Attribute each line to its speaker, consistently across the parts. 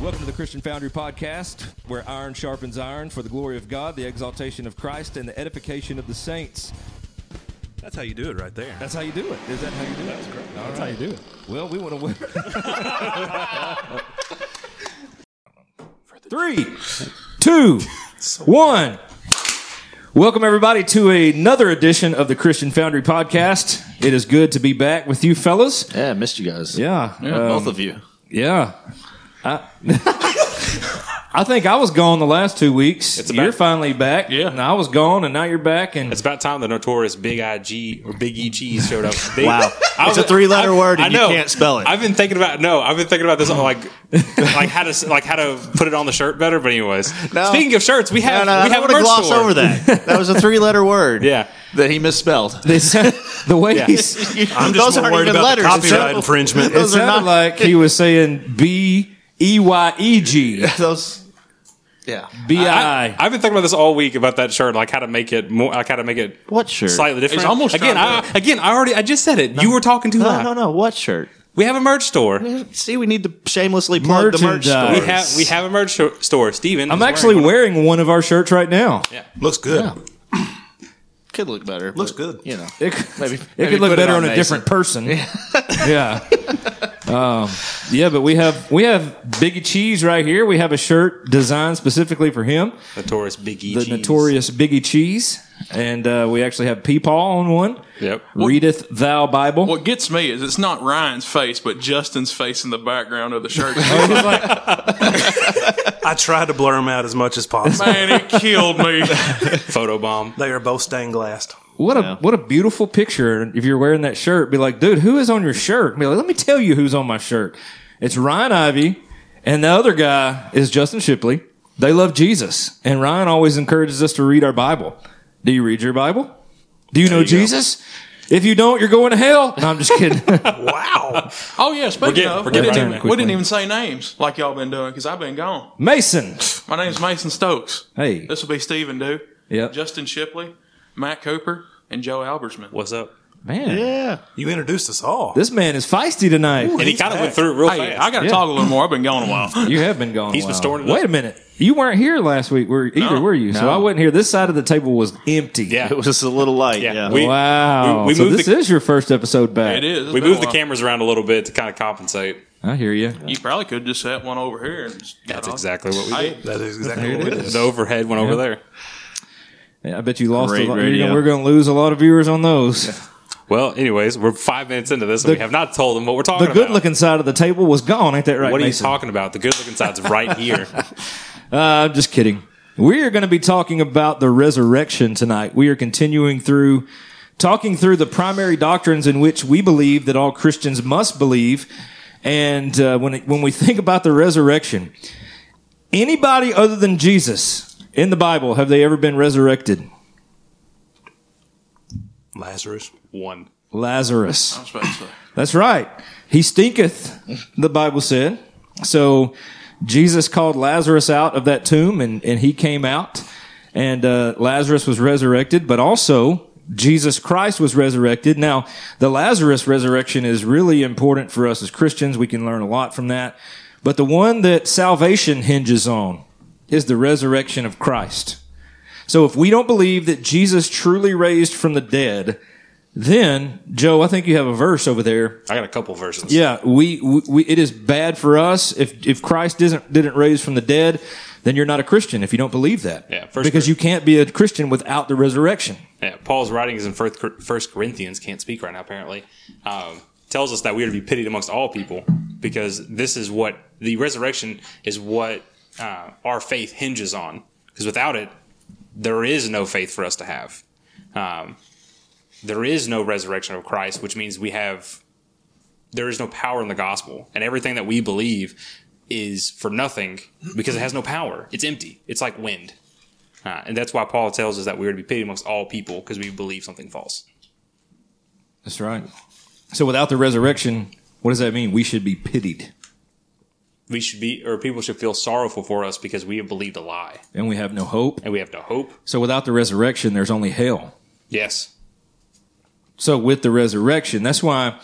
Speaker 1: Welcome to the Christian Foundry Podcast, where iron sharpens iron for the glory of God, the exaltation of Christ, and the edification of the saints.
Speaker 2: That's how you do it right there.
Speaker 1: That's how you do it. Is that how you do it? That's correct. That's how you do it. Well, we want to win. Three, two, one. Welcome, everybody, to another edition of the Christian Foundry Podcast. It is good to be back with you, fellas.
Speaker 3: Yeah, I missed you guys.
Speaker 1: Yeah. um,
Speaker 3: both of you.
Speaker 1: Yeah. I, I think I was gone the last two weeks.
Speaker 4: about-
Speaker 1: you're finally back.
Speaker 4: Yeah.
Speaker 1: And I was gone, and now you're back. And
Speaker 4: It's about time the notorious Big IG or Big E Cheese showed up. They-
Speaker 3: Wow.
Speaker 4: I
Speaker 3: It's a three-letter
Speaker 4: I-
Speaker 3: word and
Speaker 4: I
Speaker 3: you
Speaker 4: know.
Speaker 3: can't spell it.
Speaker 4: I've been thinking about no. I've been thinking about this like like how to s- like how to put it on the shirt better. But anyways,
Speaker 3: No.
Speaker 4: speaking of shirts, we
Speaker 3: No,
Speaker 4: have
Speaker 3: no, I
Speaker 4: we
Speaker 3: don't
Speaker 4: have a
Speaker 3: want to
Speaker 4: merch
Speaker 3: gloss
Speaker 4: store.
Speaker 3: over that. That was a three-letter word.
Speaker 4: Yeah.
Speaker 3: that he misspelled.
Speaker 1: this, the way he's, it
Speaker 2: I'm just more worried about the copyright infringement.
Speaker 3: Those are
Speaker 1: sounded
Speaker 3: not
Speaker 1: like he was saying B E Y E G
Speaker 3: those. Yeah.
Speaker 1: B
Speaker 4: I,
Speaker 1: I.
Speaker 4: I've been thinking about this all week about that shirt, like how to make it more, like how to make it
Speaker 3: What shirt?
Speaker 4: slightly different.
Speaker 2: It's almost
Speaker 4: again.
Speaker 2: trying
Speaker 4: I, again, I already I just said it. You were talking too
Speaker 3: No,
Speaker 4: loud.
Speaker 3: no, no. What shirt?
Speaker 4: We have a merch store. We
Speaker 3: See, we need to shamelessly plug the merch store.
Speaker 1: Merchandise.
Speaker 4: have we have a merch sho- store. Steven,
Speaker 1: I'm
Speaker 4: is
Speaker 1: actually
Speaker 4: wearing
Speaker 1: wearing one of our shirts right now.
Speaker 2: Looks good.
Speaker 3: Could look better.
Speaker 2: Looks
Speaker 3: but,
Speaker 2: good.
Speaker 3: You know.
Speaker 1: It, could-
Speaker 3: Maybe-
Speaker 1: it
Speaker 3: maybe
Speaker 1: could look
Speaker 3: put it
Speaker 1: better on,
Speaker 3: on
Speaker 1: a
Speaker 3: Mason.
Speaker 1: different person. yeah. Um, yeah, but we have we have Biggie Cheese right here. We have a shirt designed specifically for him.
Speaker 4: the notorious Big E
Speaker 1: the
Speaker 4: Cheese.
Speaker 1: notorious Biggie Cheese, and uh, we actually have Peepaw on one.
Speaker 4: Yep.
Speaker 1: Readeth thou Bible?
Speaker 5: What gets me is it's not Ryan's face, but Justin's face in the background of the shirt.
Speaker 1: It was like-
Speaker 2: I tried to blur them out as much as possible.
Speaker 5: Man, it killed me.
Speaker 4: photobomb.
Speaker 2: they are both stained glassed.
Speaker 1: what a what a beautiful picture! If you're wearing that shirt, be like, dude, who is on your shirt? Be like, let me tell you who's on my shirt. It's Ryan Ivy, and the other guy is Justin Shipley. They love Jesus, and Ryan always encourages us to read our Bible. Do you read your Bible? Do you know Jesus? If you don't, you're going to hell. No, I'm just kidding.
Speaker 2: Wow.
Speaker 5: Oh yeah, speaking
Speaker 4: getting-
Speaker 5: of,
Speaker 4: we're
Speaker 5: we
Speaker 4: getting
Speaker 5: didn't,
Speaker 4: right
Speaker 5: even,
Speaker 1: there.
Speaker 5: we didn't even say names like y'all been doing because I've been gone.
Speaker 1: Mason.
Speaker 5: My name's Mason Stokes.
Speaker 1: Hey.
Speaker 5: this will be Stephen Dew,
Speaker 1: Yep.
Speaker 5: Justin Shipley, Matt Cooper, and Joe Albersman.
Speaker 4: What's up?
Speaker 1: Man,
Speaker 3: Yeah.
Speaker 2: You introduced us all.
Speaker 1: this man is feisty tonight.
Speaker 4: And he kind of went through it real
Speaker 5: Hey,
Speaker 4: fast.
Speaker 5: I got to talk a little more. I've been gone a while.
Speaker 1: You have been gone.
Speaker 4: He's
Speaker 1: a
Speaker 4: been
Speaker 1: while.
Speaker 4: storing it
Speaker 1: Wait
Speaker 4: up.
Speaker 1: a minute. You weren't here last week, were either?
Speaker 5: No.
Speaker 1: were you? So
Speaker 3: No.
Speaker 1: I wasn't here. This side of the table was empty.
Speaker 4: yeah,
Speaker 3: It was a little light.
Speaker 4: Yeah.
Speaker 3: Yeah.
Speaker 4: We-
Speaker 1: Wow.
Speaker 4: we- we
Speaker 1: so
Speaker 4: moved
Speaker 1: this
Speaker 4: the-
Speaker 1: is your first episode back.
Speaker 5: It is. It's
Speaker 4: we
Speaker 5: been a
Speaker 4: moved the
Speaker 5: while.
Speaker 4: cameras around a little bit to kind of compensate.
Speaker 1: I hear you.
Speaker 5: You probably could just set one over here. And just got
Speaker 4: That's
Speaker 5: on.
Speaker 4: exactly what we did.
Speaker 5: Hey,
Speaker 2: that is exactly what it is.
Speaker 4: The overhead went over there.
Speaker 1: Yeah, I bet you lost. A
Speaker 3: Great
Speaker 1: lot.
Speaker 3: radio.
Speaker 1: You know, we're going to lose a lot of viewers on those.
Speaker 4: Well, anyways, we're five minutes into this, and we have not told them what we're talking
Speaker 1: The good
Speaker 4: about.
Speaker 1: looking side of the table was gone. Ain't that right?
Speaker 4: what are you
Speaker 1: Mason?
Speaker 4: talking about? The good looking side's right here.
Speaker 1: Uh, I'm just kidding. We are going to be talking about the resurrection tonight. We are continuing through talking through the primary doctrines in which we believe that all Christians must believe. And uh, when it, when we think about the resurrection, anybody other than Jesus in the Bible have they ever been resurrected?
Speaker 2: Lazarus.
Speaker 4: One.
Speaker 1: Lazarus.
Speaker 5: I'm supposed to-
Speaker 1: That's right. He stinketh, the Bible said. So Jesus called Lazarus out of that tomb and, and he came out and uh, Lazarus was resurrected, but also Jesus Christ was resurrected. Now, the Lazarus resurrection is really important for us as Christians. We can learn a lot from that. But the one that salvation hinges on is the resurrection of Christ. So if we don't believe that Jesus truly raised from the dead, then Joe, I think you have a verse over there.
Speaker 4: I got a couple verses.
Speaker 1: Yeah, we, we, we it is bad for us if if Christ isn't didn't raise from the dead, then you're not a Christian if you don't believe that.
Speaker 4: Yeah, first
Speaker 1: because
Speaker 4: Cor-
Speaker 1: you can't be a Christian without the resurrection.
Speaker 4: Yeah, Paul's writings in First Cor- First Corinthians can't speak right now. Apparently, um, tells us that we are to be pitied amongst all people because this is what the resurrection is what uh, our faith hinges on. Because without it, there is no faith for us to have. Um, there is no resurrection of Christ, which means we have there is no power in the gospel, and everything that we believe is for nothing because it has no power. It's empty. It's like wind. Uh, and that's why Paul tells us that we are to be pitied amongst all people because we believe something false.
Speaker 1: That's right. So without the resurrection, what does that mean? We should be pitied,
Speaker 4: We should be, or people should feel sorrowful for us because we have believed a lie
Speaker 1: and we have no hope.
Speaker 4: and we have no hope.
Speaker 1: So without the resurrection, there's only hell.
Speaker 4: Yes.
Speaker 1: So with the resurrection, that's uh, why,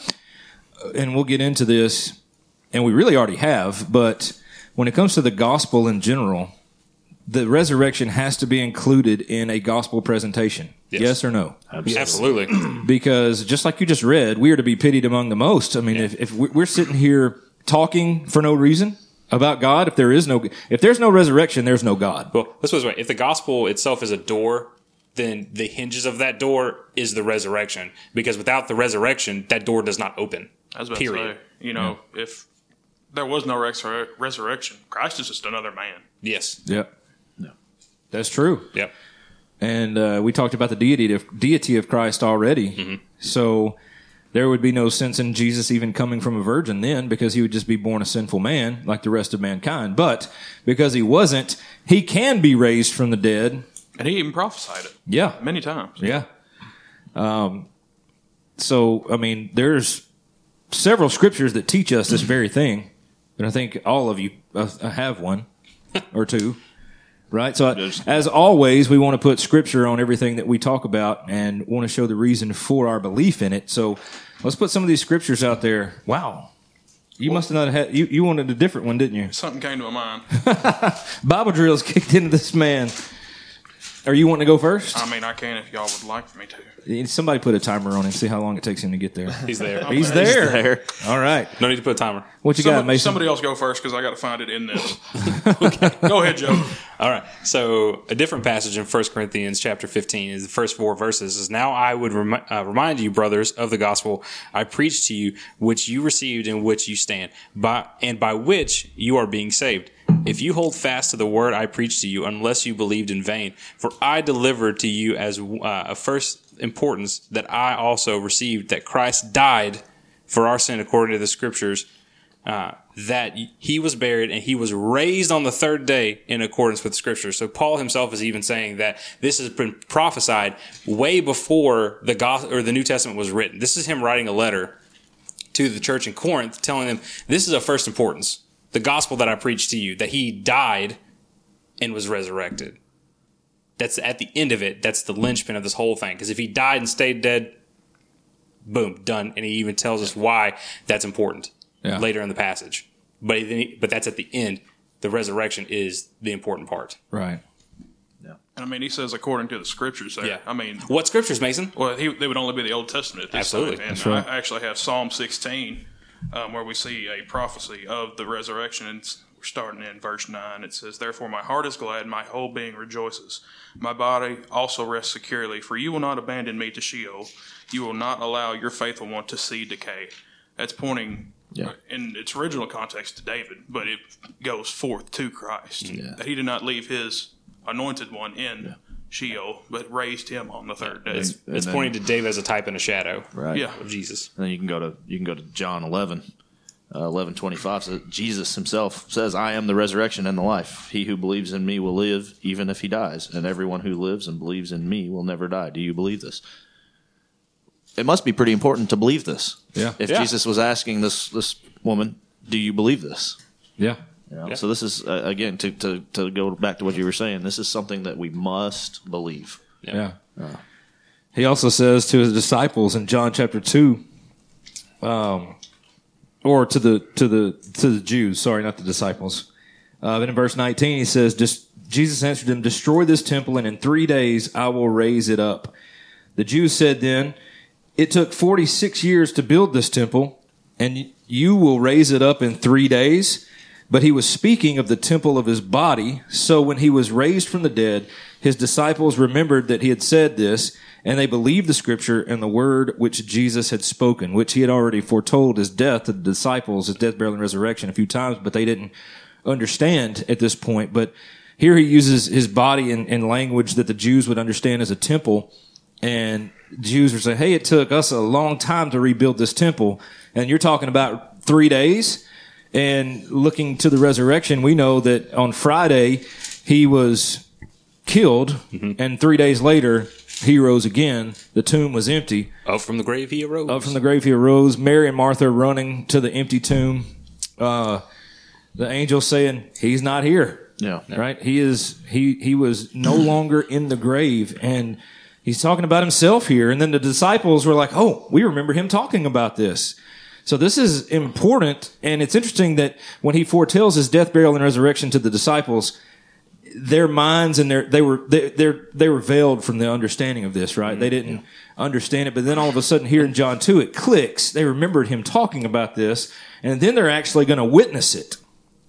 Speaker 1: and we'll get into this, and we really already have, but when it comes to the gospel in general, the resurrection has to be included in a gospel presentation. Yes,
Speaker 4: Yes.
Speaker 1: or no?
Speaker 4: Absolutely.
Speaker 1: Because just like you just read, we are to be pitied among the most. I mean, if, if we- we're sitting here talking for no reason about God, if there is no, if there's no resurrection, there's no God.
Speaker 4: well, let's put it this way: if the gospel itself is a door, then the hinges of that door is the resurrection. Because without the resurrection, that door does not open.
Speaker 5: I was about
Speaker 4: Period.
Speaker 5: to say, you know, if there was no resur- resurrection, Christ is just another man.
Speaker 4: Yes.
Speaker 1: Yep. That's true.
Speaker 4: Yep.
Speaker 1: and uh, we talked about the deity of, deity of Christ already. So there would be no sense in Jesus even coming from a virgin then, because he would just be born a sinful man like the rest of mankind. But because he wasn't, he can be raised from the dead.
Speaker 5: And he even prophesied it
Speaker 1: Yeah,
Speaker 5: many times.
Speaker 1: yeah. Um, so I mean, there's several scriptures that teach us this very thing, and I think all of you uh, have one or two, right? So, I, as always, we want to put scripture on everything that we talk about and want to show the reason for our belief in it. So, let's put some of these scriptures out there. Wow. You must have not had you, you wanted a different one, didn't you?
Speaker 5: Something came to my mind.
Speaker 1: Bible drills kicked into this man. Are you wanting to go first?
Speaker 5: I mean, I can if y'all would like for me to.
Speaker 1: Somebody put a timer on him, see how long it takes him to get there.
Speaker 4: He's there.
Speaker 1: He's there. All right.
Speaker 4: No need to put a timer.
Speaker 1: What you got,
Speaker 5: Somebody,
Speaker 1: Mason?
Speaker 5: somebody else go first because I got to find it in this. Go ahead, Joe.
Speaker 4: All right. So a different passage in 1 Corinthians chapter 15 is the first four verses is now I would remi- uh, remind you brothers of the gospel I preached to you which you received in which you stand by and by which you are being saved. If you hold fast to the word I preached to you unless you believed in vain for I delivered to you as uh, of first importance that I also received that Christ died for our sin according to the scriptures uh, that he was buried and he was raised on the third day in accordance with scripture. So Paul himself is even saying that this has been prophesied way before the gospel or the New Testament was written. This is him writing a letter to the church in Corinth telling them this is of first importance. The gospel that I preached to you that he died and was resurrected. That's at the end of it. That's the linchpin of this whole thing. Because if he died and stayed dead, boom, done. And he even tells us why that's important
Speaker 1: Yeah.
Speaker 4: later in the passage. But then he, but that's at the end. The resurrection is the important part.
Speaker 1: Right.
Speaker 5: And I mean, he says according to the scriptures there.
Speaker 4: Yeah.
Speaker 5: I mean,
Speaker 4: What scriptures, Mason?
Speaker 5: Well, he, they would only be the Old Testament at this
Speaker 4: Absolutely.
Speaker 5: time. And
Speaker 1: That's right.
Speaker 5: I actually have Psalm 16, um, where we see a prophecy of the resurrection. And it's- we're starting in verse 9. It says, Therefore, my heart is glad, my whole being rejoices. My body also rests securely, for you will not abandon me to Sheol. You will not allow your faithful one to see decay. That's pointing. In its original context to David, but it goes forth to Christ. That he did not leave his anointed one in Sheol, but raised him on the third day.
Speaker 4: It's,
Speaker 3: And
Speaker 4: it's
Speaker 3: then-
Speaker 4: pointing to David as a type and a shadow
Speaker 3: Right.
Speaker 5: Yeah.
Speaker 4: of Jesus.
Speaker 3: And then you can go to you can go to John 11. Uh, 11:25 says Jesus himself says, "I am the resurrection and the life. He who believes in me will live even if he dies, and everyone who lives and believes in me will never die." Do you believe this? It must be pretty important to believe this.
Speaker 1: Yeah.
Speaker 3: If
Speaker 4: Yeah.
Speaker 3: Jesus was asking this this woman, "Do you believe this?"
Speaker 1: Yeah.
Speaker 3: You know,
Speaker 4: Yeah.
Speaker 3: So this is uh, again to, to to go back to what you were saying. This is something that we must believe.
Speaker 1: Yeah. He also says to his disciples in John chapter two, um, or to the to the to the Jews. Sorry, not the disciples. Uh, but in verse nineteen, he says, "Just Jesus answered them, destroy this temple, and in three days I will raise it up." The Jews said then, "It took forty six years to build this temple, and you will raise it up in three days." But he was speaking of the temple of his body. So when he was raised from the dead, his disciples remembered that he had said this, and they believed the scripture and the word which Jesus had spoken, which he had already foretold his death to the disciples, his death, burial, and resurrection a few times, but they didn't understand at this point. But here he uses his body in, in language that the Jews would understand as a temple. And Jews were saying, Hey, it took us a long time to rebuild this temple. And you're talking about three days. And looking to the resurrection, we know that on Friday, he was killed. And three days later, he rose again. The tomb was empty.
Speaker 4: Up from the grave he arose.
Speaker 1: Up from the grave he arose. Mary and Martha running to the empty tomb. Uh, the angel saying, He's not here
Speaker 3: Yeah.
Speaker 1: right he is he he was no longer in the grave and he's talking about himself here and then the disciples were like oh we remember him talking about this So this is important, and it's interesting that when he foretells his death, burial, and resurrection to the disciples, their minds and their they were they they they were veiled from the understanding of this, right? They didn't understand it, but then all of a sudden here in John two, it clicks. They remembered him talking about this, and then they're actually going to witness it.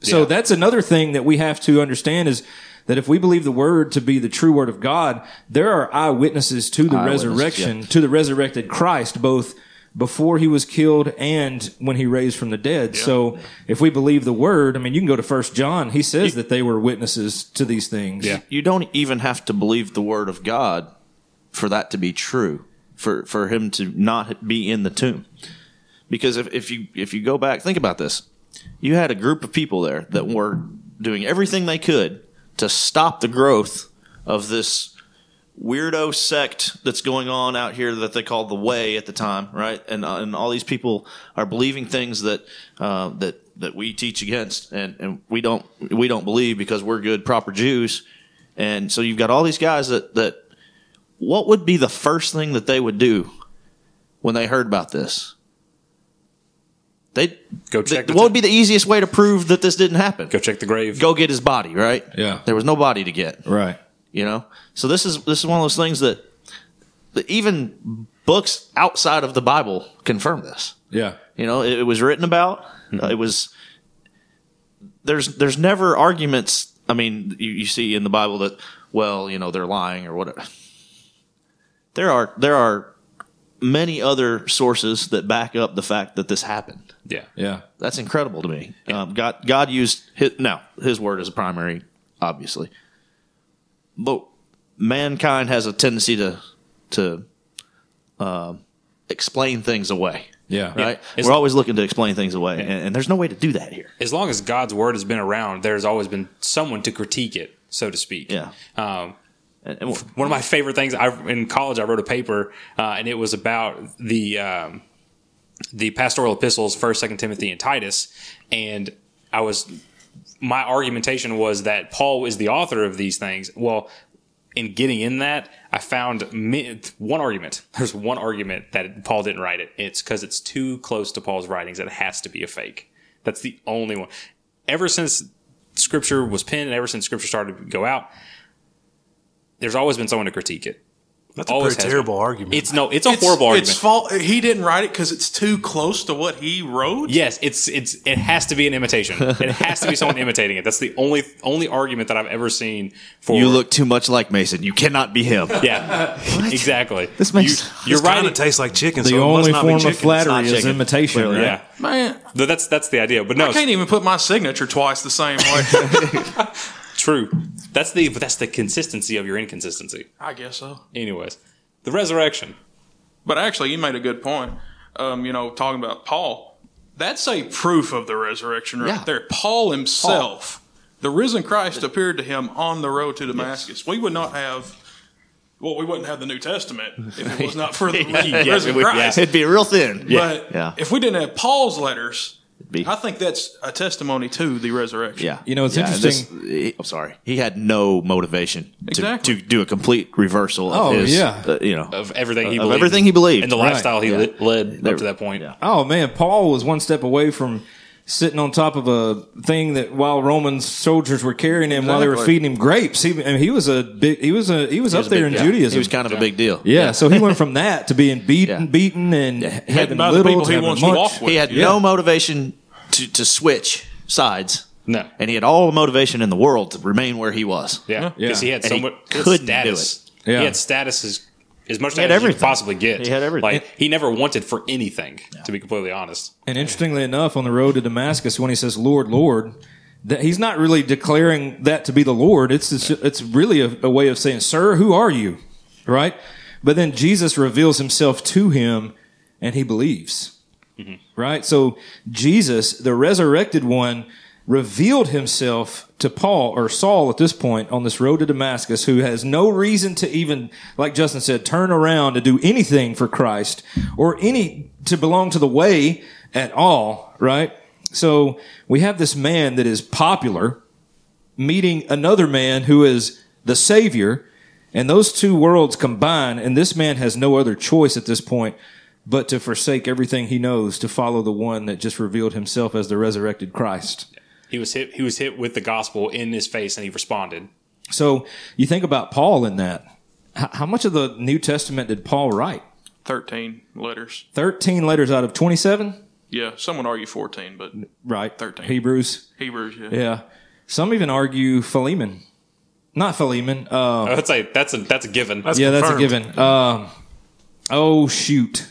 Speaker 1: So
Speaker 4: Yeah.
Speaker 1: that's another thing that we have to understand is that if we believe the word to be the true word of God, there are eyewitnesses to the
Speaker 3: Eyewitnesses,
Speaker 1: resurrection, to the resurrected Christ, both before he was killed and when he raised from the dead. So if we believe the word, I mean, you can go to First John. He says that they were witnesses to these things.
Speaker 4: Yeah.
Speaker 3: you don't even have to believe the word of God for that to be true, for for him to not be in the tomb. Because if, if you if you go back, think about this. You had a group of people there that were doing everything they could to stop the growth of this weirdo sect that's going on out here that they called the Way at the time, right? And uh, and all these people are believing things that uh, that that we teach against, and and we don't we don't believe because we're good proper Jews. And so you've got all these guys that that what would be the first thing that they would do when they heard about this? They
Speaker 4: Go check the
Speaker 3: what would be the easiest way to prove that this didn't happen?
Speaker 4: Go check the grave.
Speaker 3: Go get his body, right?
Speaker 1: Yeah.
Speaker 3: There was no body to get
Speaker 1: Right.
Speaker 3: you know so this is this is one of those things that, that even books outside of the bible confirm this
Speaker 1: Yeah.
Speaker 3: you know it, it was written about uh, it was there's there's never arguments i mean you, you see in the bible that well you know they're lying or whatever there are there are many other sources that back up the fact that this happened
Speaker 4: Yeah.
Speaker 1: Yeah.
Speaker 3: that's incredible to me um, god god used his now his word is primary obviously but mankind has a tendency to to um explain things away
Speaker 1: Yeah.
Speaker 3: right
Speaker 4: It's-
Speaker 3: we're always looking to explain things away and, and there's no way to do that here
Speaker 4: As long as God's word has been around, there's always been someone to critique it, so to speak.
Speaker 3: Yeah.
Speaker 4: Um,
Speaker 3: and, and we're-
Speaker 4: one of my favorite things I in college I wrote a paper uh, and it was about the um, the pastoral epistles first second Timothy and Titus and I was my argumentation was that Paul is the author of these things well in getting in that I found mi- one argument there's one argument that Paul didn't write it it's because it's too close to Paul's writings it has to be a fake that's the only one ever since scripture was penned and ever since scripture started to go out there's always been someone to critique it.
Speaker 2: That's a
Speaker 4: Always
Speaker 2: pretty
Speaker 4: has
Speaker 2: terrible
Speaker 4: been.
Speaker 2: argument.
Speaker 4: It's no, it's a horrible argument.
Speaker 5: It's fault. He didn't write it because it's too close to what he wrote.
Speaker 4: yes, it's it's it has to be an imitation. it has to be someone imitating it. That's the only only argument that I've ever seen for
Speaker 3: you look too much like mason you cannot be him
Speaker 4: Yeah, exactly.
Speaker 3: This makes-
Speaker 4: you, are
Speaker 2: It's kinda
Speaker 4: right.
Speaker 2: tastes like chicken.
Speaker 1: The
Speaker 2: so it must
Speaker 1: only
Speaker 2: not
Speaker 1: form
Speaker 2: be
Speaker 1: of
Speaker 2: chicken.
Speaker 1: flattery
Speaker 3: It's not
Speaker 1: is
Speaker 3: chicken.
Speaker 1: imitation.
Speaker 3: Clearly,
Speaker 1: right?
Speaker 4: yeah,
Speaker 5: man.
Speaker 4: But that's that's the idea. But no,
Speaker 5: I can't even put my signature twice the same way.
Speaker 4: it's true. That's the but that's the consistency of your inconsistency.
Speaker 5: I guess so.
Speaker 4: Anyways, the resurrection.
Speaker 5: But actually, you made a good point. Um, you know, talking about Paul, that's a proof of the resurrection right
Speaker 3: Yeah.
Speaker 5: there. Paul himself, the risen Christ, appeared to him on the road to Damascus. We would not have, well, we wouldn't have the New Testament if it was not for the risen
Speaker 4: we- yeah.
Speaker 5: Christ.
Speaker 3: it'd be real thin
Speaker 5: But
Speaker 3: Yeah.
Speaker 5: if we didn't have Paul's letters,
Speaker 3: Be-
Speaker 5: I think that's a testimony to the resurrection.
Speaker 3: yeah
Speaker 1: You know, it's
Speaker 3: Yeah, and this-
Speaker 1: interesting-
Speaker 3: he- i'm sorry he had no motivation to,
Speaker 5: Exactly.
Speaker 3: to do a complete reversal of
Speaker 1: Oh,
Speaker 3: his
Speaker 1: yeah.
Speaker 3: uh, you know
Speaker 4: Of everything he
Speaker 3: Of
Speaker 4: believed
Speaker 3: everything he believed.
Speaker 4: and the
Speaker 3: Right.
Speaker 4: lifestyle he
Speaker 3: Yeah.
Speaker 4: li- led
Speaker 3: There-
Speaker 4: up to that point.
Speaker 3: yeah.
Speaker 1: Oh man, Paul was one step away from sitting on top of a thing that while Roman soldiers were carrying him while they were
Speaker 5: Exactly.
Speaker 1: feeding him grapes. He I mean, he was a big he was a he was up
Speaker 3: was a
Speaker 1: there
Speaker 3: big-
Speaker 1: in
Speaker 3: yeah.
Speaker 1: Judaism.
Speaker 3: He was kind of a big deal.
Speaker 1: yeah, so he went from that to being beaten,
Speaker 3: Yeah.
Speaker 1: beaten, and having
Speaker 5: by the
Speaker 1: little
Speaker 5: people
Speaker 1: to
Speaker 5: he
Speaker 1: having
Speaker 5: wants to
Speaker 1: much.
Speaker 5: walk with.
Speaker 3: He had
Speaker 1: Yeah.
Speaker 3: no motivation to, to switch sides.
Speaker 4: No.
Speaker 3: And he had all the motivation in the world to remain where he was.
Speaker 4: Yeah,
Speaker 1: Yeah.
Speaker 4: because he had
Speaker 3: And
Speaker 4: so
Speaker 3: he
Speaker 4: much he had
Speaker 3: couldn't do
Speaker 4: status.
Speaker 1: it. Yeah.
Speaker 4: He had status as, as
Speaker 3: had
Speaker 4: much status as you could
Speaker 3: everything.
Speaker 4: possibly get.
Speaker 3: He had everything.
Speaker 4: Like he never wanted for anything, to be completely honest.
Speaker 1: And interestingly enough, on the road to Damascus, when he says "Lord, Lord," that he's not really declaring that to be the Lord. It's it's, it's really a, a way of saying, "Sir, who are you?" Right? But then Jesus reveals himself to him, and he believes. Right? So Jesus, the resurrected one, revealed himself to Paul or Saul at this point on this road to Damascus, who has no reason to even, like Justin said, turn around to do anything for Christ or any to belong to the way at all, right? So we have this man that is popular meeting another man who is the Savior, and those two worlds combine, and this man has no other choice at this point but to forsake everything he knows to follow the one that just revealed himself as the resurrected Christ.
Speaker 4: He was hit. He was hit with the gospel in his face, and he responded.
Speaker 1: So you think about Paul in that. H- how much of the New Testament did Paul write?
Speaker 5: 13 letters.
Speaker 1: 13 letters out of 27?
Speaker 5: Yeah, some would argue 14, but
Speaker 1: Right.
Speaker 5: 13.
Speaker 1: Hebrews.
Speaker 5: Hebrews, yeah.
Speaker 1: Yeah. Some even argue Philemon. Not Philemon.
Speaker 3: Oh.
Speaker 1: Uh,
Speaker 4: I'd say that's a that's a given.
Speaker 2: That's
Speaker 1: yeah, that's a
Speaker 2: confirmed.
Speaker 1: given. Um, oh, shoot.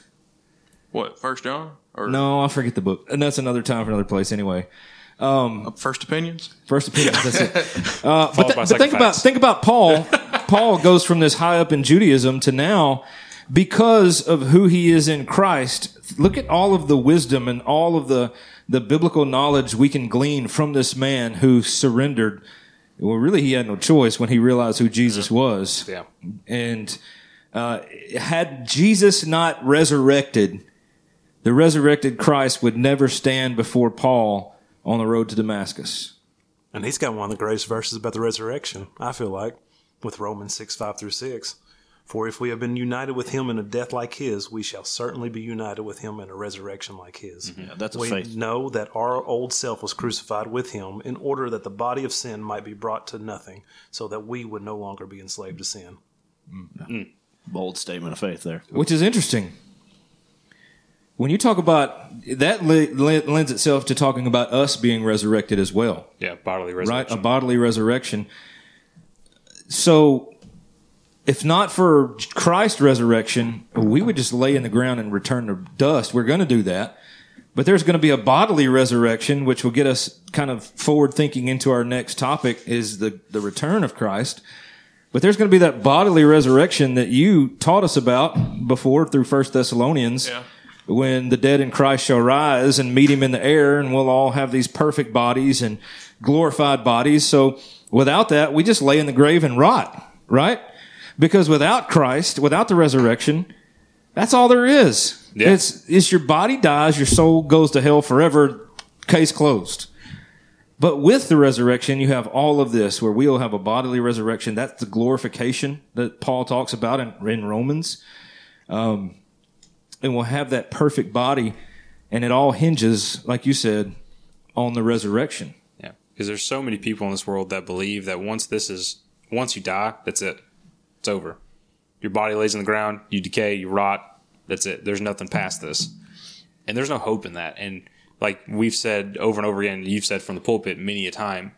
Speaker 5: What, First John? Or
Speaker 1: No, I forget the book. And that's another time for another place anyway.
Speaker 5: First Opinions?
Speaker 1: First opinions. That's it. Uh, but th-
Speaker 4: Followed by
Speaker 1: but think
Speaker 4: second
Speaker 1: about
Speaker 4: facts.
Speaker 1: think about Paul. Paul goes from this high up in Judaism to now because of who he is in Christ. Look at all of the wisdom and all of the the biblical knowledge we can glean from this man who surrendered. Well, really, he had no choice when he realized who Jesus was.
Speaker 4: Yeah.
Speaker 1: And uh, had Jesus not resurrected, the resurrected Christ would never stand before Paul on the road to Damascus.
Speaker 2: And he's got one of the greatest verses about the resurrection, I feel like, with Romans 6 5 through 6. For if we have been united with him in a death like his, we shall certainly be united with him in a resurrection like his.
Speaker 4: Mm-hmm.
Speaker 3: Yeah, that's a
Speaker 2: we
Speaker 3: faith.
Speaker 2: know that our old self was crucified with him in order that the body of sin might be brought to nothing, so that we would no longer be enslaved to sin.
Speaker 3: Bold statement of faith there.
Speaker 1: which is interesting. When you talk about that, li- li- lends itself to talking about us being resurrected as well,
Speaker 4: Yeah, bodily
Speaker 1: right? A
Speaker 4: resurrection.
Speaker 1: bodily resurrection. So, if not for Christ's resurrection, we would just lay in the ground and return to dust. We're going to do that. But there's going to be a bodily resurrection, which will get us kind of forward thinking into our next topic is the, the return of Christ. But there's going to be that bodily resurrection that you taught us about before through First Thessalonians,
Speaker 5: Yeah.
Speaker 1: when the dead in Christ shall rise and meet him in the air, and we'll all have these perfect bodies and glorified bodies. So without that, we just lay in the grave and rot, right? Because without Christ, without the resurrection, that's all there is.
Speaker 4: Yeah.
Speaker 1: It's it's your body dies, your soul goes to hell forever. Case closed. But with the resurrection, you have all of this where we'll have a bodily resurrection. That's the glorification that Paul talks about in, in Romans. Um, and we'll have that perfect body. And it all hinges, like you said, on the resurrection.
Speaker 4: Yeah, because there's so many people in this world that believe that once this is once you die, that's it. It's over. Your body lays in the ground, you decay, you rot. That's it. There's nothing past this, and there's no hope in that. And like we've said over and over again, and you've said from the pulpit many a time,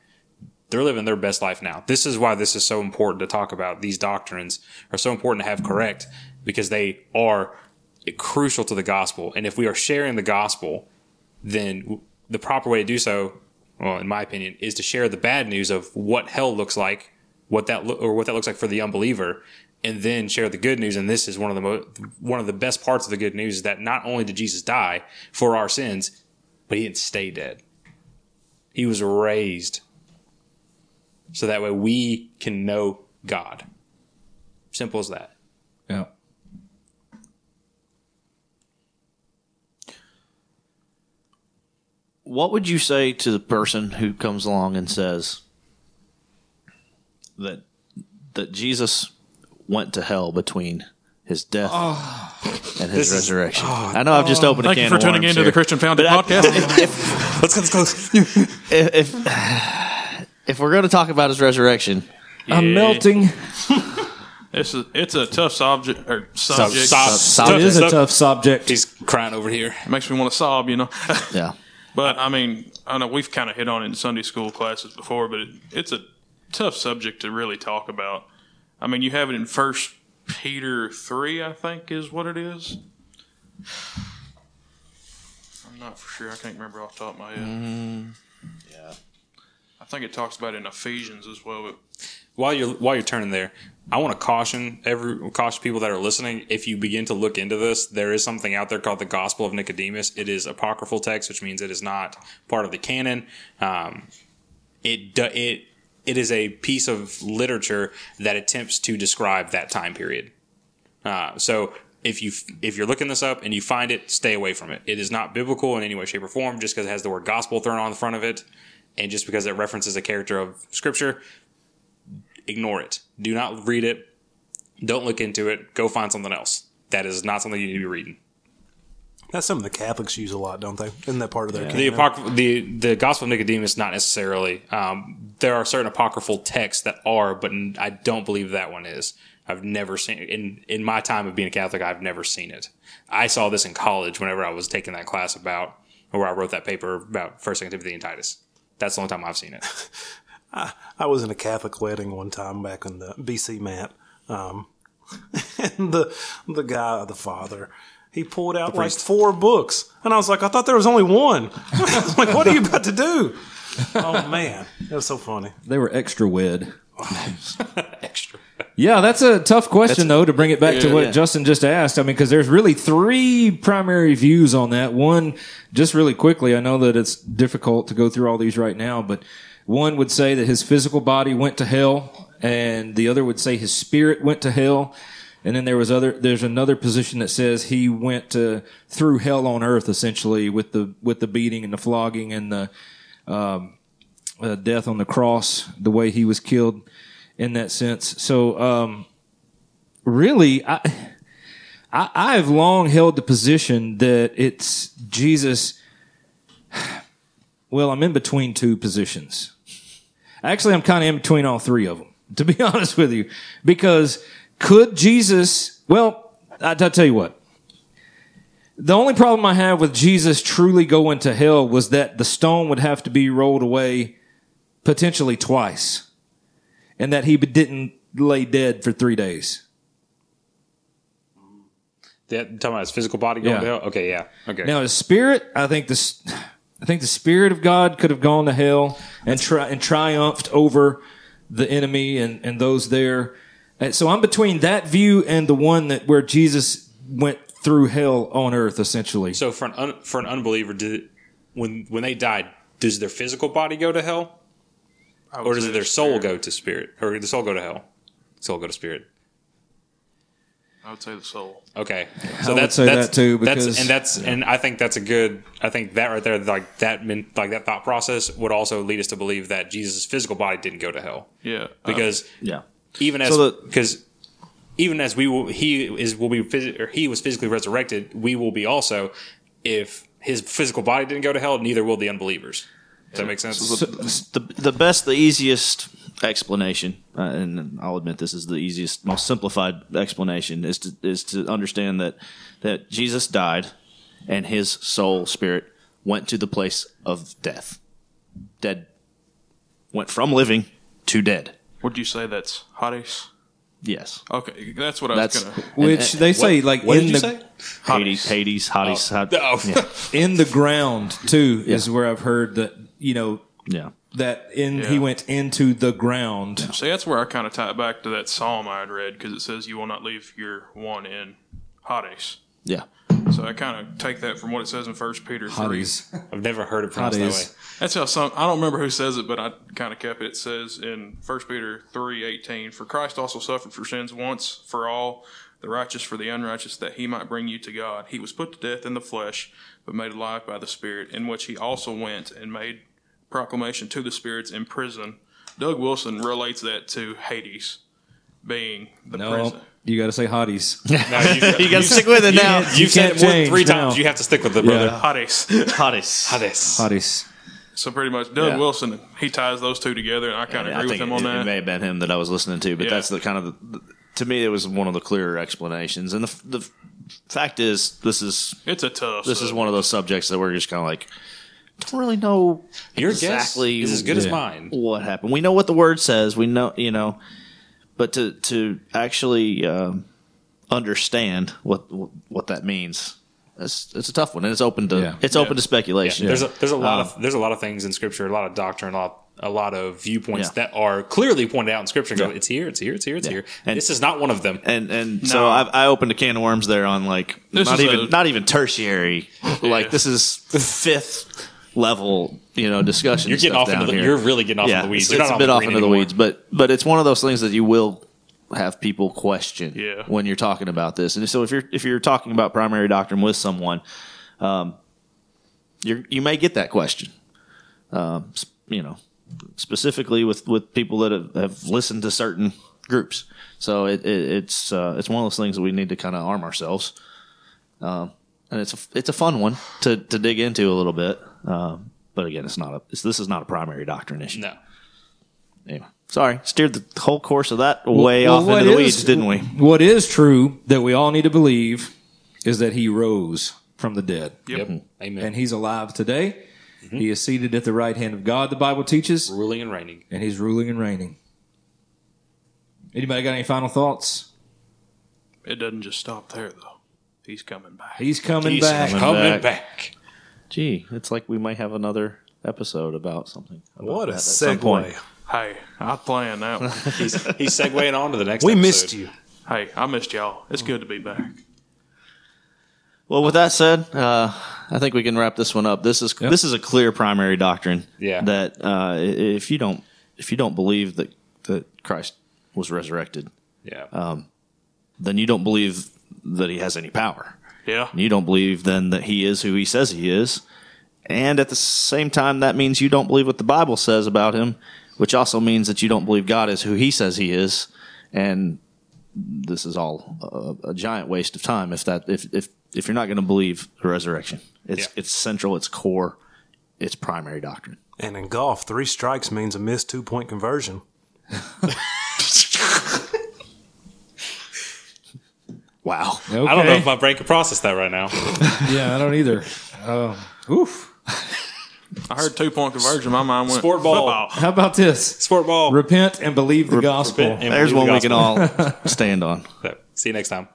Speaker 4: they're living their best life now. This is why this is so important to talk about. These doctrines are so important to have correct because they are crucial to the gospel. And if we are sharing the gospel, then w- the proper way to do so, well, in my opinion, is to share the bad news of what hell looks like, what that lo- or what that looks like for the unbeliever, and then share the good news. And this is one of the mo- one of the best parts of the good news is that not only did Jesus die for our sins, but he didn't stay dead. He was raised, so that way we can know God. Simple as that.
Speaker 1: Yeah.
Speaker 3: What would you say to the person who comes along and says that that Jesus went to hell between his death and his resurrection? I know I've just opened a
Speaker 5: Thank
Speaker 3: can
Speaker 5: you for
Speaker 3: of
Speaker 5: tuning
Speaker 3: worms
Speaker 5: into
Speaker 3: here.
Speaker 5: the Christian Founded
Speaker 3: But I-
Speaker 5: Podcast.
Speaker 2: Let's get this close.
Speaker 3: if if, if we're going to talk about his resurrection,
Speaker 1: I'm melting.
Speaker 5: It's a, it's a tough subject. Or subject.
Speaker 4: Sob-
Speaker 3: Sob-
Speaker 1: It is a
Speaker 4: sob-
Speaker 1: tough subject.
Speaker 4: He's crying over here.
Speaker 5: It makes me want to sob, you know.
Speaker 3: yeah,
Speaker 5: but I mean, I know we've kind of hit on it in Sunday school classes before, but it, it's a tough subject to really talk about. I mean, you have it in First Peter three, I think, is what it is. I'm not for sure. I can't remember off the top of my head.
Speaker 3: Yeah.
Speaker 5: I think it talks about it in Ephesians as well. But
Speaker 4: while you're while you're turning there, I want to caution every caution people that are listening. If you begin to look into this, there is something out there called the Gospel of Nicodemus. It is apocryphal text, which means it is not part of the canon. Um, it do- it it is a piece of literature that attempts to describe that time period. Uh, so if you if you're looking this up and you find it, stay away from it. It is not biblical in any way, shape, or form. Just because it has the word gospel thrown on the front of it, and just because it references a character of scripture, ignore it. Do not read it. Don't look into it. Go find something else. That is not something you need to be reading.
Speaker 2: That's something the Catholics use a lot, don't they? Isn't that part of their
Speaker 4: the
Speaker 2: canon?
Speaker 4: apocry- the the Gospel of Nicodemus not necessarily. Um, there are certain apocryphal texts that are, but n- I don't believe that one is. I've never seen in in my time of being a Catholic. I've never seen it. I saw this in college whenever I was taking that class about, or where I wrote that paper about First Second Timothy and Titus. That's the only time I've seen it.
Speaker 2: I was in a Catholic wedding one time back in the BC Matt. Um, and the the guy, the father, he pulled out like four books, and I was like, I thought there was only one. I was like, what are you about to do? Oh man, that was so funny.
Speaker 1: They were extra wed.
Speaker 4: Extra.
Speaker 1: Yeah, that's a tough question though to bring it back to
Speaker 3: Yeah,
Speaker 1: what
Speaker 3: yeah.
Speaker 1: Justin just asked. I mean, because there's really three primary views on that. One, just really quickly, I know that it's difficult to go through all these right now, but one would say that his physical body went to hell, and the other would say his spirit went to hell, and then there was other. There's another position that says he went to through hell on earth, essentially with the with the beating and the flogging and the uh, death on the cross, the way he was killed in that sense. So, um, really, I, I, I've long held the position that it's Jesus. Well, I'm in between two positions. Actually, I'm kind of in between all three of them, to be honest with you, because could Jesus, well, I, I'll tell you what. The only problem I have with Jesus truly going to hell was that the stone would have to be rolled away potentially twice and that he didn't lay dead for three days.
Speaker 4: That talking about his physical body going
Speaker 1: Yeah.
Speaker 4: to hell. Okay, yeah, okay.
Speaker 1: Now his spirit, I think this, I think the spirit of God could have gone to hell and tri- and triumphed over the enemy and and those there. And so I'm between that view and the one that where Jesus went through hell on earth, essentially.
Speaker 4: So for an un, for an unbeliever, did when when they died, does their physical body go to hell,
Speaker 5: I would
Speaker 4: or does
Speaker 5: say
Speaker 4: their
Speaker 5: it's
Speaker 4: soul
Speaker 5: spirit.
Speaker 4: go to spirit, or the soul go to hell? Soul go to spirit.
Speaker 5: I would say the soul.
Speaker 4: Okay,
Speaker 1: I would say that too, because-
Speaker 4: that's, and that's and I think that's a good. I think that right there, like that, men- like that thought process would also lead us to believe that Jesus' physical body didn't go to hell
Speaker 1: Oh.
Speaker 5: Yeah. uh,
Speaker 4: because
Speaker 3: Yeah.
Speaker 4: even as
Speaker 3: So the-
Speaker 4: because even as we will, he is will be phys- or he was physically resurrected. We will be also if his physical body didn't go to hell. Neither will the unbelievers. Does that make sense?
Speaker 3: the, the best, the easiest explanation, uh, and I'll admit this is the easiest, most simplified explanation is to is to understand that that Jesus died, and his soul spirit went to the place of death, dead, went from living to dead.
Speaker 5: would Uh, you say that's Hades?
Speaker 3: Yes,
Speaker 5: Okay, that's what I
Speaker 3: that's
Speaker 5: was gonna.
Speaker 1: Which
Speaker 3: and-
Speaker 1: they say like
Speaker 4: what
Speaker 1: in
Speaker 4: did
Speaker 1: the
Speaker 4: you say?
Speaker 3: Hades, Hades, Hades, Hades
Speaker 4: Oh.
Speaker 3: yeah,
Speaker 1: in the ground too is where I've heard that you know
Speaker 3: yeah.
Speaker 1: that in he
Speaker 5: Yeah.
Speaker 1: went into the ground.
Speaker 5: See, that's where I kind of tie it back to that psalm I had read because it says, "You will not leave your one in Hades."
Speaker 3: yeah.
Speaker 5: So I kind of take that from what it says in First Peter three.
Speaker 4: I've never heard it pronounced that way.
Speaker 1: Hades.
Speaker 5: That's how some. I don't remember who says it, but I kind of kept it. It says in First Peter three eighteen, "For Christ also suffered for sins once for all, the righteous for the unrighteous, that he might bring you to God. He was put to death in the flesh, but made alive by the Spirit, in which he also went and made proclamation to the spirits in prison." Doug Wilson relates that to Hades being the
Speaker 1: No,
Speaker 5: prison.
Speaker 1: Oh, you got to say hotties.
Speaker 4: No, Uh, you,
Speaker 3: You gotta stick with it now.
Speaker 4: You've
Speaker 1: can't
Speaker 4: said it more than
Speaker 1: change
Speaker 4: three
Speaker 1: now.
Speaker 4: times. You have to stick with it, brother.
Speaker 5: Hades.
Speaker 3: Hades.
Speaker 4: Hades.
Speaker 1: Hotties.
Speaker 5: So pretty much, Doug
Speaker 3: Yeah.
Speaker 5: Wilson he ties those two together, and I kind of
Speaker 3: I
Speaker 5: agree with
Speaker 3: think
Speaker 5: him
Speaker 3: it,
Speaker 5: on
Speaker 3: it
Speaker 5: that.
Speaker 3: may have been him that I was listening to, but
Speaker 5: Yeah.
Speaker 3: that's the kind of the, to me it was one of the clearer explanations. And the the fact is, this is
Speaker 5: it's a tough.
Speaker 3: this is
Speaker 5: sub-
Speaker 3: one of those subjects that we're just kind of like don't really know
Speaker 4: Your
Speaker 3: exactly
Speaker 4: guess is as good as
Speaker 1: Yeah.
Speaker 4: mine.
Speaker 3: what happened. We know what the word says. We know you know, but to to actually um, understand what what that means. It's, it's a tough one, and it's open to
Speaker 1: Yeah.
Speaker 3: it's open to speculation.
Speaker 4: There's a there's a lot of there's a lot of things in scripture, a lot of doctrine, a lot a lot of viewpoints
Speaker 3: Yeah.
Speaker 4: that are clearly pointed out in scripture. Go, it's here, it's here, it's here, it's here.
Speaker 3: And-
Speaker 4: this is not one of them.
Speaker 3: and and so I, I opened a can of worms there on like
Speaker 5: This
Speaker 3: not
Speaker 5: is
Speaker 3: even
Speaker 5: a-
Speaker 3: not even tertiary like this is fifth level you know discussion
Speaker 4: You're getting
Speaker 3: stuff
Speaker 4: off into
Speaker 3: down
Speaker 4: the,
Speaker 3: here.
Speaker 4: you're really getting off
Speaker 3: yeah
Speaker 4: into the weeds.
Speaker 3: it's,
Speaker 4: You're
Speaker 3: it's
Speaker 4: not
Speaker 3: a bit
Speaker 4: on
Speaker 3: off
Speaker 4: the
Speaker 3: into the
Speaker 4: green
Speaker 3: weeds but but it's one of those things that you will have people question
Speaker 5: Yeah.
Speaker 3: when you're talking about this and so if you're if you're talking about primary doctrine with someone um you you may get that question um s- you know specifically with with people that have, have listened to certain groups. So it, it, it's uh, it's one of those things that we need to kind of arm ourselves. Um, and it's a, it's a fun one to, to dig into a little bit. Um, but again, it's not a it's, this is not a primary doctrine issue.
Speaker 4: No.
Speaker 3: Anyway, sorry, steered the whole course of that way off
Speaker 1: what
Speaker 3: into the
Speaker 1: is-
Speaker 3: weeds, didn't we?
Speaker 1: What is true that we all need to believe is that he rose from the dead.
Speaker 5: Yep.
Speaker 4: Amen.
Speaker 1: And he's alive today.
Speaker 4: Mm-hmm.
Speaker 1: He is seated at the right hand of God, the Bible teaches,
Speaker 4: Ruling and reigning.
Speaker 1: and he's ruling and reigning. Anybody got any final thoughts?
Speaker 5: It doesn't just stop there though. He's coming back.
Speaker 1: He's coming
Speaker 4: He's
Speaker 1: back.
Speaker 3: coming.
Speaker 4: Coming
Speaker 3: back.
Speaker 4: back.
Speaker 3: Gee, it's like we might have another episode about something. about
Speaker 2: What a
Speaker 3: that at some point.
Speaker 2: segue.
Speaker 5: Hey, I plan that one.
Speaker 4: He's, he's segueing on to the next
Speaker 2: We
Speaker 4: episode.
Speaker 2: missed you.
Speaker 5: hey, I missed y'all. It's good to be back.
Speaker 3: Well, with that said, uh, I think we can wrap this one up. This is this is a clear primary doctrine.
Speaker 4: Yeah.
Speaker 3: That uh, i- if you don't if you don't believe that that Christ was resurrected,
Speaker 4: Yeah.
Speaker 3: Oh, then you don't believe that he has any power.
Speaker 5: Yeah.
Speaker 3: You don't believe then that he is who he says he is. And at the same time, that means you don't believe what the Bible says about him, which also means that you don't believe God is who he says he is. And this is all a, a giant waste of time if that if if, if you're not going to believe the resurrection. It's
Speaker 4: Yeah.
Speaker 3: it's central, it's core, it's primary doctrine.
Speaker 2: And in golf, three strikes means a missed two point conversion.
Speaker 3: Wow.
Speaker 1: Okay.
Speaker 4: I don't know if my brain can process that right now.
Speaker 1: yeah, I don't either. Um, oof.
Speaker 5: I heard two point conversion. My mind went
Speaker 4: Sport ball.
Speaker 5: football.
Speaker 1: How about this?
Speaker 4: Sport ball.
Speaker 1: Repent and believe the gospel.
Speaker 4: And
Speaker 3: There's
Speaker 4: believe
Speaker 3: one we
Speaker 4: the
Speaker 3: can
Speaker 4: gospel.
Speaker 3: all stand on.
Speaker 4: So, See you next time.